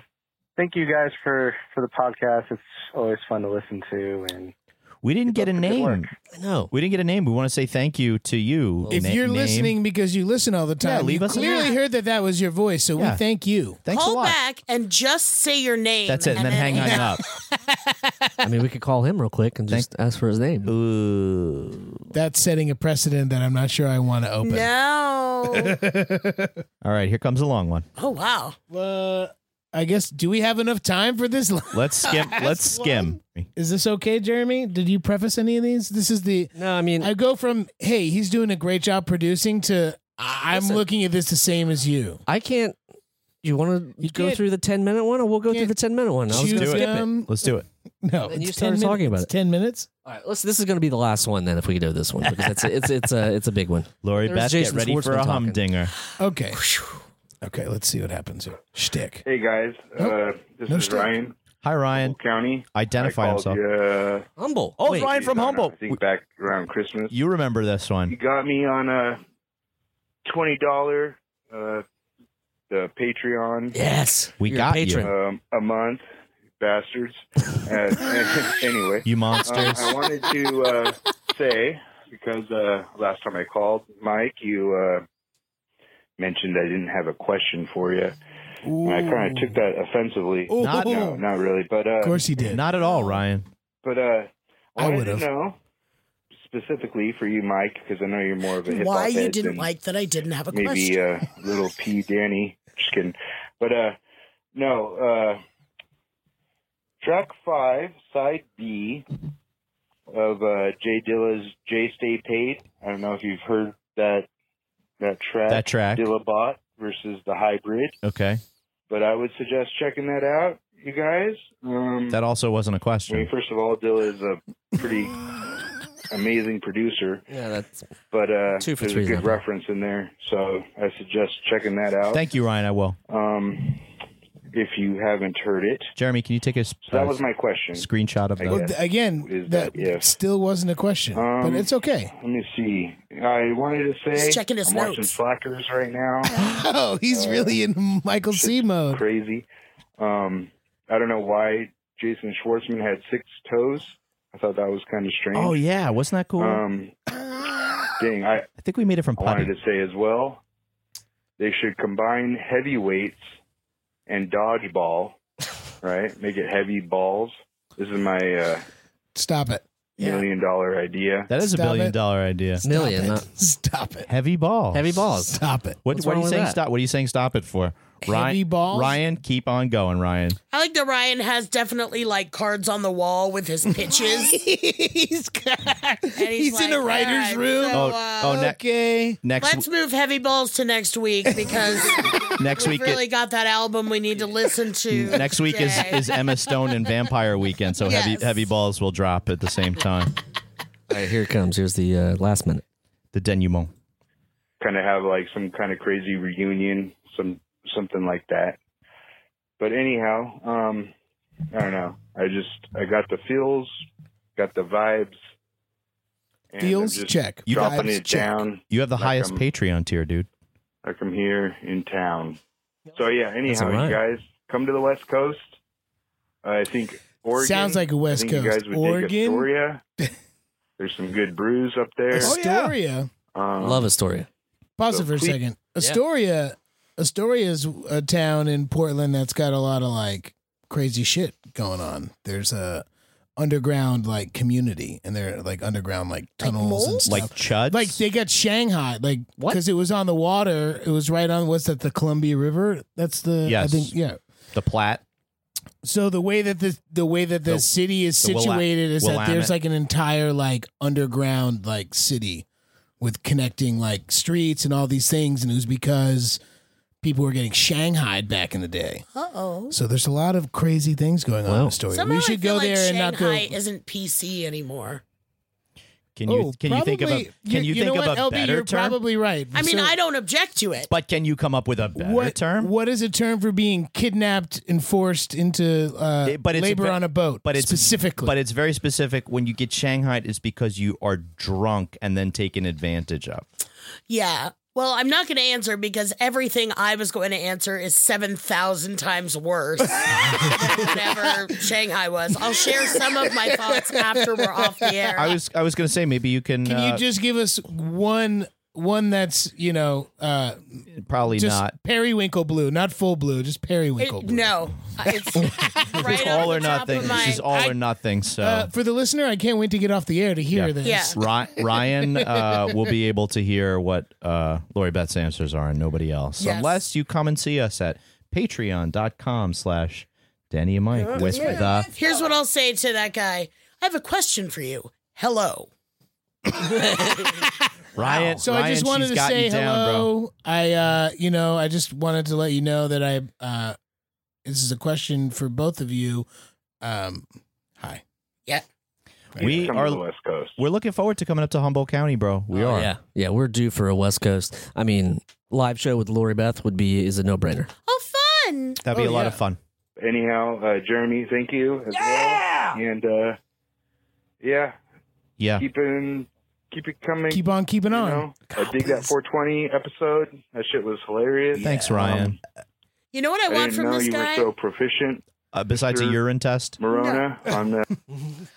Speaker 7: thank you guys for for the podcast. It's always fun to listen to, and
Speaker 2: We didn't get a
Speaker 7: up the good work.
Speaker 2: name.
Speaker 3: I know.
Speaker 2: We didn't get a name. We want to say thank you to you.
Speaker 5: if
Speaker 2: Na-
Speaker 5: you're
Speaker 2: name.
Speaker 5: listening because you listen all the time,
Speaker 2: Yeah, leave
Speaker 5: you
Speaker 2: us a-
Speaker 5: clearly heard that that was your voice. So
Speaker 2: Yeah.
Speaker 5: we thank you.
Speaker 2: thanks a
Speaker 4: Hold
Speaker 2: lot.
Speaker 4: back and just say your name.
Speaker 2: That's it, and then hang on up.
Speaker 3: I mean, we could call him real quick and just ask for his name.
Speaker 2: Ooh.
Speaker 5: That's setting a precedent that I'm not sure I want to open.
Speaker 4: No.
Speaker 2: All right, here comes a long one.
Speaker 4: oh wow.
Speaker 5: Uh, I guess do we have enough time for this?
Speaker 2: Let's skim. let's skim.
Speaker 5: Is this okay, Jeremy? Did you preface any of these? This is the
Speaker 3: No, I mean,
Speaker 5: I go from hey, he's doing a great job producing to I- I'm looking at this the same as you.
Speaker 3: I can't. you want to go
Speaker 5: can't-
Speaker 3: through the ten minute one, or we'll go through
Speaker 5: can't
Speaker 3: the ten minute one? I was
Speaker 5: Choose
Speaker 3: gonna skip it.
Speaker 5: them.
Speaker 2: Let's do it.
Speaker 5: No,
Speaker 3: And you
Speaker 5: it's
Speaker 3: started
Speaker 5: 10
Speaker 3: talking about
Speaker 5: minutes.
Speaker 3: it.
Speaker 5: Ten minutes.
Speaker 3: All right, let's. This is going to be the last one then, if we can do this one because it's it's it's a it's a big one.
Speaker 2: Lori
Speaker 3: There's
Speaker 2: Beth,
Speaker 3: Jason
Speaker 2: get ready for
Speaker 3: Schwartzman
Speaker 2: a
Speaker 3: talking.
Speaker 2: humdinger.
Speaker 5: Okay. Okay. Let's see what happens here. Shtick.
Speaker 8: Hey guys,
Speaker 5: Nope.
Speaker 8: uh, this
Speaker 5: No
Speaker 8: is
Speaker 5: shtick.
Speaker 8: Ryan
Speaker 2: Hi, Ryan.
Speaker 8: County.
Speaker 2: Identify
Speaker 8: I called
Speaker 2: himself.
Speaker 8: You, uh,
Speaker 3: Humble.
Speaker 2: Oh,
Speaker 3: Wait,
Speaker 2: Ryan from
Speaker 8: I don't know,
Speaker 2: Humboldt.
Speaker 8: I think back around Christmas.
Speaker 2: You remember this
Speaker 8: You
Speaker 2: one.
Speaker 8: got me on a twenty dollar uh, the Patreon
Speaker 3: Yes,
Speaker 2: We
Speaker 3: You're a
Speaker 2: got you.
Speaker 3: patron.
Speaker 8: um, a month, bastards. Uh, anyway,
Speaker 2: You
Speaker 8: Uh,
Speaker 2: monsters.
Speaker 8: I wanted to uh, say because uh, last time I called, Mike, you uh, mentioned I didn't have a question for you. And I kind of took that offensively.
Speaker 5: Ooh.
Speaker 2: Not-
Speaker 8: No, not really, but
Speaker 5: Of
Speaker 8: uh,
Speaker 5: course he did.
Speaker 2: Not at all, Ryan.
Speaker 8: but uh,
Speaker 5: I
Speaker 8: I wanted to
Speaker 5: would've.
Speaker 8: know specifically for you, Mike, because I know you're more of a hip
Speaker 4: Why
Speaker 8: hop
Speaker 4: you
Speaker 8: head
Speaker 4: didn't
Speaker 8: than
Speaker 4: like that I didn't have a
Speaker 8: maybe
Speaker 4: question?
Speaker 8: uh, little P Danny. Just kidding, but uh, no. Uh, track five, side B of uh, Jay Dilla's "Jay Stay Paid." I don't know if you've heard that that track.
Speaker 2: That track.
Speaker 8: Dilla Bot versus the Hybrid,
Speaker 2: Okay.
Speaker 8: but I would suggest checking that out, you guys. Um,
Speaker 2: That also wasn't a
Speaker 8: I mean,
Speaker 2: question.
Speaker 8: first of all, Dilla is a pretty amazing producer,
Speaker 3: yeah, that's
Speaker 8: but uh,
Speaker 3: Two for
Speaker 8: there's
Speaker 3: three
Speaker 8: a
Speaker 3: is
Speaker 8: good
Speaker 3: not bad.
Speaker 8: reference in there, so I suggest checking that out.
Speaker 2: Thank you, Ryan. I will.
Speaker 8: um, if you haven't heard it.
Speaker 2: Jeremy, can you take a s-
Speaker 8: So that
Speaker 2: uh,
Speaker 8: was my question.
Speaker 2: screenshot of
Speaker 8: I
Speaker 2: that?
Speaker 5: Well, th- again,
Speaker 8: Is
Speaker 5: that
Speaker 8: that- yeah.
Speaker 5: still wasn't a question,
Speaker 8: Um,
Speaker 5: but it's okay.
Speaker 8: Let me see. I wanted to say
Speaker 4: He's checking his
Speaker 8: I'm watching
Speaker 4: notes.
Speaker 8: Slackers right now.
Speaker 5: Oh,
Speaker 8: Uh,
Speaker 5: he's really in Michael C mode.
Speaker 8: Crazy. Um, I don't know why Jason Schwartzman had six toes. I thought that was kind of strange.
Speaker 2: Oh, yeah. Wasn't that cool?
Speaker 8: Um, dang, I,
Speaker 2: I think we made it from
Speaker 8: I wanted
Speaker 2: Putty.
Speaker 8: to say as well, they should combine heavyweights and dodgeball, right? Make it heavy balls. This is my uh,
Speaker 5: Stop it.
Speaker 8: million dollar idea.
Speaker 2: That is a
Speaker 5: Stop
Speaker 2: billion
Speaker 5: it.
Speaker 2: dollar idea.
Speaker 5: Stop
Speaker 3: Million,
Speaker 5: it.
Speaker 3: not-
Speaker 5: Stop it.
Speaker 2: Heavy balls.
Speaker 3: heavy balls.
Speaker 5: Stop it.
Speaker 2: What,
Speaker 3: What's
Speaker 2: what are
Speaker 3: wrong
Speaker 2: you
Speaker 3: with
Speaker 2: saying?
Speaker 3: that?
Speaker 2: Stop. What are you saying? Stop it for?
Speaker 5: Heavy
Speaker 2: Ryan,
Speaker 5: balls?
Speaker 2: Ryan, keep on going, Ryan.
Speaker 4: I like that Ryan has definitely like cards on the wall with his pitches.
Speaker 5: he's got, he's,
Speaker 4: And he's
Speaker 5: in a
Speaker 4: like,
Speaker 5: writer's
Speaker 4: "Alright,
Speaker 5: room.
Speaker 4: so,
Speaker 2: Oh,
Speaker 4: uh,
Speaker 2: oh, ne-
Speaker 5: okay.
Speaker 2: next
Speaker 4: Let's move heavy balls to next week because
Speaker 2: next
Speaker 4: we've
Speaker 2: week.
Speaker 4: really got that album we need to listen to.
Speaker 2: Next week is,
Speaker 4: today.
Speaker 2: is Emma Stone and Vampire Weekend, so
Speaker 4: Yes.
Speaker 2: heavy heavy balls will drop at the same time.
Speaker 3: All right, here it comes. Here's the uh, last minute.
Speaker 2: The denouement.
Speaker 8: Kind of have like some kind of crazy reunion, some something like that. But anyhow, um, I don't know. I just I got the feels, got the vibes. And I'm
Speaker 5: Feels
Speaker 8: just
Speaker 5: check.
Speaker 2: You
Speaker 8: dropping
Speaker 5: Vibes
Speaker 8: it
Speaker 5: check.
Speaker 8: down
Speaker 2: You have the
Speaker 8: Like,
Speaker 2: highest
Speaker 8: um,
Speaker 2: Patreon tier, dude.
Speaker 8: like I'm here in town. So yeah, anyhow,
Speaker 3: all right.
Speaker 8: you guys come to the West Coast. I think Oregon
Speaker 5: Sounds like a West
Speaker 8: I think You
Speaker 5: Coast.
Speaker 8: guys would
Speaker 5: Oregon?
Speaker 8: dig Astoria. There's some good brews up there.
Speaker 2: Oh, yeah.
Speaker 5: Astoria.
Speaker 2: Oh,
Speaker 8: Um,
Speaker 3: Love Astoria.
Speaker 5: Pause it
Speaker 8: So
Speaker 5: for a
Speaker 8: please-
Speaker 5: second. Astoria. Astoria's a town in Portland that's got a lot of like crazy shit going on. There's a underground like community, and they're like underground like tunnels and
Speaker 4: moles?
Speaker 5: stuff.
Speaker 2: Like Chuds.
Speaker 5: Like they got Shanghai, like
Speaker 3: What?
Speaker 5: because it was on the water. It was right on. What's that? The Columbia River. That's the.
Speaker 2: Yes.
Speaker 5: I think yeah.
Speaker 2: the Platte.
Speaker 5: So the way that the the way that the,
Speaker 2: The-
Speaker 5: city is
Speaker 2: the Willa-
Speaker 5: situated is that
Speaker 2: Willamette.
Speaker 5: there's like an entire like underground like city with connecting like streets and all these things, and it was because people were getting shanghaied back in the day.
Speaker 4: Uh oh.
Speaker 5: So there's a lot of crazy things going on in
Speaker 3: Wow.
Speaker 5: the story.
Speaker 4: Somehow
Speaker 5: we should
Speaker 4: I feel
Speaker 5: go
Speaker 4: like
Speaker 5: there and not go.
Speaker 4: Shanghai isn't PC anymore.
Speaker 2: Can you
Speaker 5: Oh,
Speaker 2: can you think of a
Speaker 5: probably-
Speaker 2: can you,
Speaker 5: know
Speaker 2: think of
Speaker 5: what,
Speaker 2: a
Speaker 5: LB,
Speaker 2: better
Speaker 5: you're
Speaker 2: term?
Speaker 5: Probably right.
Speaker 4: I mean,
Speaker 5: So-
Speaker 4: I don't object to it.
Speaker 2: but can you come up with a better
Speaker 5: what
Speaker 2: term?
Speaker 5: What is a term for being kidnapped and forced into uh,
Speaker 2: It- but it's
Speaker 5: labor
Speaker 2: ve-
Speaker 5: on a boat?
Speaker 2: but it's-
Speaker 5: specifically.
Speaker 2: But it's very specific. When you get Shanghai, it's because you are drunk and then taken advantage of.
Speaker 4: Yeah. Well, I'm not going to answer because everything I was going to answer is 7,000 times worse than whatever Shanghai was. I'll share some of my thoughts after we're off the air.
Speaker 2: I was I was gonna say maybe you can,
Speaker 5: Can
Speaker 2: uh,
Speaker 5: you just give us one? One that's you know uh,
Speaker 2: probably
Speaker 5: just
Speaker 2: not.
Speaker 5: periwinkle blue, not full blue, just
Speaker 4: It-
Speaker 5: periwinkle blue.
Speaker 4: no. Uh, It's right
Speaker 2: It's
Speaker 4: off
Speaker 2: all
Speaker 4: the
Speaker 2: or
Speaker 4: top of
Speaker 2: nothing.
Speaker 4: my-
Speaker 2: It's just all
Speaker 4: I-
Speaker 2: or nothing. So
Speaker 5: Uh, for the listener, I can't wait to get off the air to hear
Speaker 2: Yeah.
Speaker 5: this.
Speaker 4: Yeah.
Speaker 2: Ry- Ryan uh, will be able to hear what uh, Lori Beth's answers are and nobody else.
Speaker 4: Yes.
Speaker 2: Unless you come and see us at patreon.com slash Danny and Mike with the
Speaker 4: Here's what I'll say to that guy I have a question for you. Hello.
Speaker 2: Ryan,
Speaker 5: So
Speaker 2: Ryan,
Speaker 5: I just wanted
Speaker 2: she's
Speaker 5: to
Speaker 2: got
Speaker 5: say
Speaker 2: you down, bro.
Speaker 5: hello. I uh you know, I just wanted to let you know that I uh this is a question for both of you. Um hi.
Speaker 2: We
Speaker 8: Come to the
Speaker 2: are
Speaker 8: West Coast.
Speaker 2: we're looking forward to coming up to Humboldt County, bro. We
Speaker 3: Oh,
Speaker 2: are.
Speaker 3: Yeah, yeah, we're due for a West Coast. I mean, live show with Lori Beth would be is a no brainer.
Speaker 4: Oh, fun.
Speaker 2: That'd be a
Speaker 5: Oh,
Speaker 2: lot
Speaker 5: yeah.
Speaker 2: of fun.
Speaker 8: Anyhow, uh, Jeremy, thank you as well. And uh, yeah,
Speaker 2: Yeah.
Speaker 8: keep in, keep it coming.
Speaker 5: Keep on keeping
Speaker 8: you
Speaker 5: on.
Speaker 8: know? I
Speaker 5: God
Speaker 8: dig that
Speaker 5: bless.
Speaker 8: 420 episode. That shit was hilarious.
Speaker 2: Thanks,
Speaker 8: Um,
Speaker 2: Ryan.
Speaker 4: You know what I
Speaker 8: I
Speaker 4: want
Speaker 8: didn't
Speaker 4: from
Speaker 8: know
Speaker 4: this
Speaker 8: you
Speaker 4: guy?
Speaker 8: were so proficient,
Speaker 2: Uh, besides a
Speaker 8: Sure.
Speaker 2: urine test,
Speaker 8: Morona. On the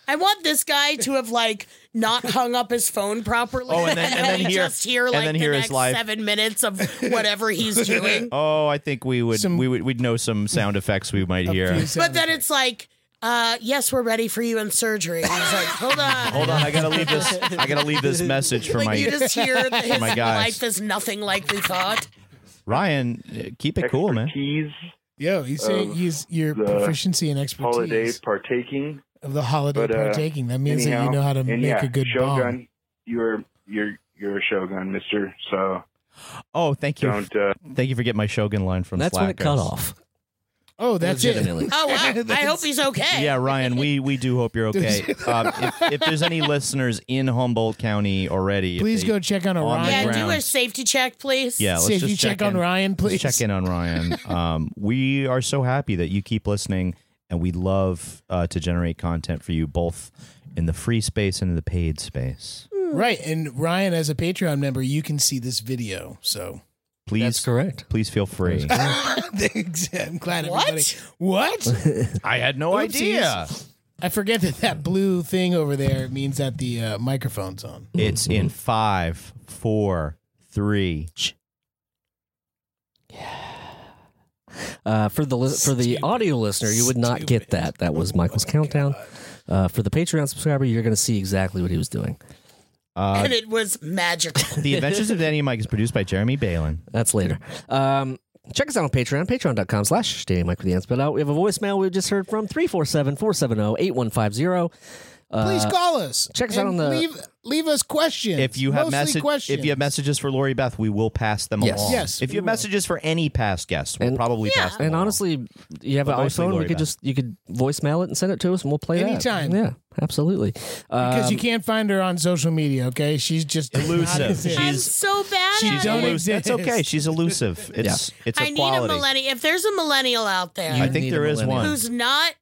Speaker 4: I want this guy to have like not hung up his phone properly.
Speaker 2: Oh, and then- and then hear-
Speaker 4: just hear
Speaker 2: and
Speaker 4: like
Speaker 2: then
Speaker 4: the
Speaker 2: hear his
Speaker 4: next
Speaker 2: live-
Speaker 4: seven minutes of whatever he's doing.
Speaker 2: oh, I think we would
Speaker 5: Some-
Speaker 2: we would we'd know some sound effects we might hear.
Speaker 4: but then it's like, uh, yes, we're ready for you in surgery. And he's like, hold on.
Speaker 2: Hold on, I gotta leave this. I gotta leave this message for
Speaker 4: Like
Speaker 2: my
Speaker 4: you just hear that his
Speaker 2: my guys.
Speaker 4: life is nothing like we thought.
Speaker 2: Ryan. uh, Keep it cool, man.
Speaker 8: expertise,
Speaker 5: Yo, you say
Speaker 8: of
Speaker 5: use your
Speaker 8: um, the
Speaker 5: proficiency and
Speaker 8: holiday
Speaker 5: expertise
Speaker 8: partaking.
Speaker 5: of the holiday
Speaker 8: but, uh,
Speaker 5: partaking. That means
Speaker 8: Anyhow,
Speaker 5: that you know how to
Speaker 8: and
Speaker 5: make
Speaker 8: yeah,
Speaker 5: a good bomb.
Speaker 8: Shogun, you're you're you're a Shogun, Mister. So
Speaker 2: Oh, thank you,
Speaker 8: don't. Uh,
Speaker 2: thank you for getting my Shogun line from
Speaker 3: That's
Speaker 2: Slack.
Speaker 3: when it cut off.
Speaker 5: Oh, that's it.
Speaker 3: Legitimately.
Speaker 4: Oh, wow. I hope he's okay.
Speaker 2: Yeah, Ryan, we we do hope you're okay. um, if, if there's any listeners in Humboldt County already, if
Speaker 5: Please
Speaker 2: they-
Speaker 5: go check on
Speaker 2: on the
Speaker 5: Orion.
Speaker 4: Yeah, do a
Speaker 2: ground.
Speaker 4: safety check, please.
Speaker 2: Yeah, let's
Speaker 5: See if
Speaker 2: just
Speaker 5: you check,
Speaker 2: in.
Speaker 5: on Ryan, please.
Speaker 2: Let's check in on Ryan. Um, we are so happy that you keep listening, and we love uh, to generate content for you both in the free space and in the paid space.
Speaker 5: Right, and Ryan, as a Patreon member, you can see this video. So
Speaker 3: That's
Speaker 2: Please,
Speaker 3: correct.
Speaker 2: please feel free.
Speaker 5: Thanks. I'm glad
Speaker 4: What?
Speaker 5: everybody. What?
Speaker 2: I had no
Speaker 5: idea. I forget that that blue thing over there means that the uh, microphone's on.
Speaker 2: It's in five, four, three.
Speaker 3: Uh, for the lis- for the audio listener, you would not get that. That was Michael's countdown. Uh, for the Patreon subscriber, you're going to see exactly what he was doing.
Speaker 2: Uh,
Speaker 4: And it was magical.
Speaker 2: the Adventures of Danny and Mike is produced by Jeremy Balin.
Speaker 3: That's later. Um, check us out on Patreon, patreon.com slash Danny Mike with the Ants But Out. We have a voicemail we just heard from oh, 347-470-8150.
Speaker 5: Please call us.
Speaker 3: Uh, check us out
Speaker 5: and
Speaker 3: on the-
Speaker 5: leave leave us questions.
Speaker 2: If you have
Speaker 5: Mostly
Speaker 2: message,
Speaker 5: questions.
Speaker 2: if you have messages for Lori Beth, we will pass them
Speaker 3: Yes.
Speaker 2: along.
Speaker 5: Yes,
Speaker 2: If you have messages for any past guest, we'll
Speaker 3: And-
Speaker 2: probably pass them
Speaker 3: And
Speaker 5: Oh,
Speaker 2: along.
Speaker 3: honestly, you have
Speaker 2: But
Speaker 3: an
Speaker 2: mostly
Speaker 3: iPhone, we
Speaker 2: Lori
Speaker 3: could
Speaker 2: Beth.
Speaker 3: just you could voicemail it and send it to us and we'll play that.
Speaker 5: Anytime.
Speaker 3: Yeah, absolutely.
Speaker 5: because
Speaker 3: Um,
Speaker 5: you can't find her on social media. Okay, she's just not
Speaker 2: Elusive.
Speaker 5: in it.
Speaker 4: I'm
Speaker 2: She's-
Speaker 4: so bad
Speaker 2: she's
Speaker 4: at it.
Speaker 5: don't
Speaker 2: elusive. That's
Speaker 5: exist.
Speaker 2: okay. She's elusive. It's it's a
Speaker 4: I need
Speaker 2: quality.
Speaker 4: a millennial. If there's a millennial out there
Speaker 2: I
Speaker 3: You
Speaker 2: think
Speaker 3: need a
Speaker 2: there is
Speaker 3: millennial.
Speaker 2: one.
Speaker 4: who's not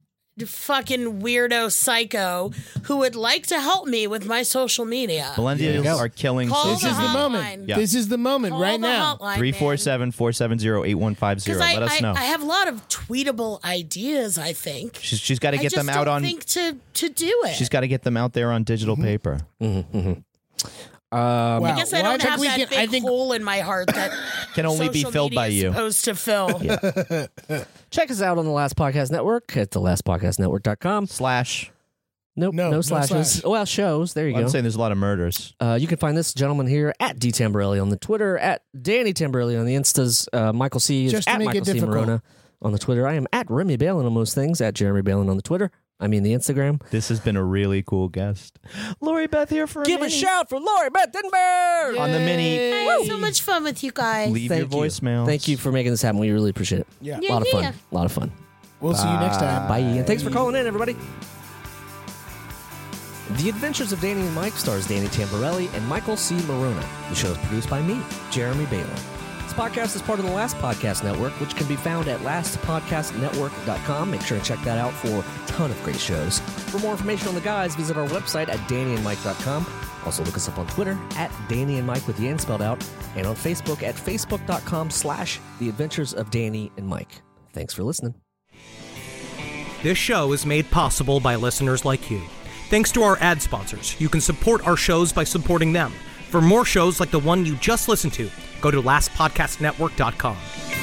Speaker 4: fucking weirdo psycho who would like to help me with my social media,
Speaker 2: Millennials
Speaker 5: Yes.
Speaker 2: are killing
Speaker 4: Call
Speaker 5: This
Speaker 4: the
Speaker 5: is the
Speaker 4: hotline.
Speaker 5: moment.
Speaker 2: Yeah.
Speaker 5: This is the moment
Speaker 4: call
Speaker 5: right
Speaker 4: the
Speaker 5: now.
Speaker 4: hotline,
Speaker 2: 347 470 8150.
Speaker 4: Because
Speaker 2: Let
Speaker 4: I,
Speaker 2: us
Speaker 4: I,
Speaker 2: know.
Speaker 4: I have a lot of tweetable ideas. I think
Speaker 2: she's she's got to
Speaker 4: I
Speaker 2: get
Speaker 4: just
Speaker 2: them out
Speaker 4: don't
Speaker 2: on
Speaker 4: Think to to do it.
Speaker 2: she's got to get them out there on digital paper.
Speaker 3: mhm, mhm. Um,
Speaker 5: Wow.
Speaker 4: I guess I
Speaker 5: Well,
Speaker 4: don't
Speaker 5: think
Speaker 4: have
Speaker 5: we
Speaker 4: that
Speaker 5: can-
Speaker 4: big
Speaker 5: I think
Speaker 4: hole in my heart that
Speaker 2: Can only be
Speaker 4: social
Speaker 2: filled by
Speaker 4: media is
Speaker 2: you.
Speaker 4: Supposed to fill.
Speaker 3: Check us out on the Last Podcast Network at thelastpodcastnetwork.com.
Speaker 2: Slash.
Speaker 3: Nope,
Speaker 5: No,
Speaker 3: no,
Speaker 5: no
Speaker 3: slashes. Oh,
Speaker 5: slash.
Speaker 3: Well, shows. There you
Speaker 2: I'm
Speaker 3: go.
Speaker 2: saying there's a lot of murders.
Speaker 3: Uh, you can find this gentleman here at D Tamborelli on the Twitter, at Danny Tamborelli on the Instas. Uh, Michael C is
Speaker 5: Just to
Speaker 3: at
Speaker 5: make it
Speaker 3: Michael C
Speaker 5: difficult.
Speaker 3: Morona on the Twitter. I am at Remy Balin on most things, at Jeremy Balin on the Twitter. I mean the Instagram.
Speaker 2: This has been a really cool guest. Lori Beth here for a
Speaker 3: Give a
Speaker 2: minute.
Speaker 3: shout for Lori Bethenberg.
Speaker 2: on the mini.
Speaker 4: I had so much fun with you guys.
Speaker 2: Leave your voicemail.
Speaker 3: Thank you for making this happen. We really appreciate it.
Speaker 5: Yeah.
Speaker 3: a lot of fun.
Speaker 4: yeah.
Speaker 3: A lot of fun.
Speaker 5: We'll see you next time.
Speaker 3: Bye. And thanks for calling in, everybody. The Adventures of Danny and Mike stars Danny Tamborelli and Michael C. Marona. The show is produced by me, Jeremy Baylor. This podcast is part of the Last Podcast Network, which can be found at lastpodcastnetwork.com. Make sure to check that out for a ton of great shows. For more information on the guys, visit our website at dannyandmike.com. Also look us up on Twitter at Danny and Mike with the N spelled out, and on Facebook at facebook.com slash The Adventures of Danny and Mike. Thanks for listening.
Speaker 9: This show is made possible by listeners like you. Thanks to our ad sponsors, you can support our shows by supporting them. For more shows like the one you just listened to, go to lastpodcastnetwork.com.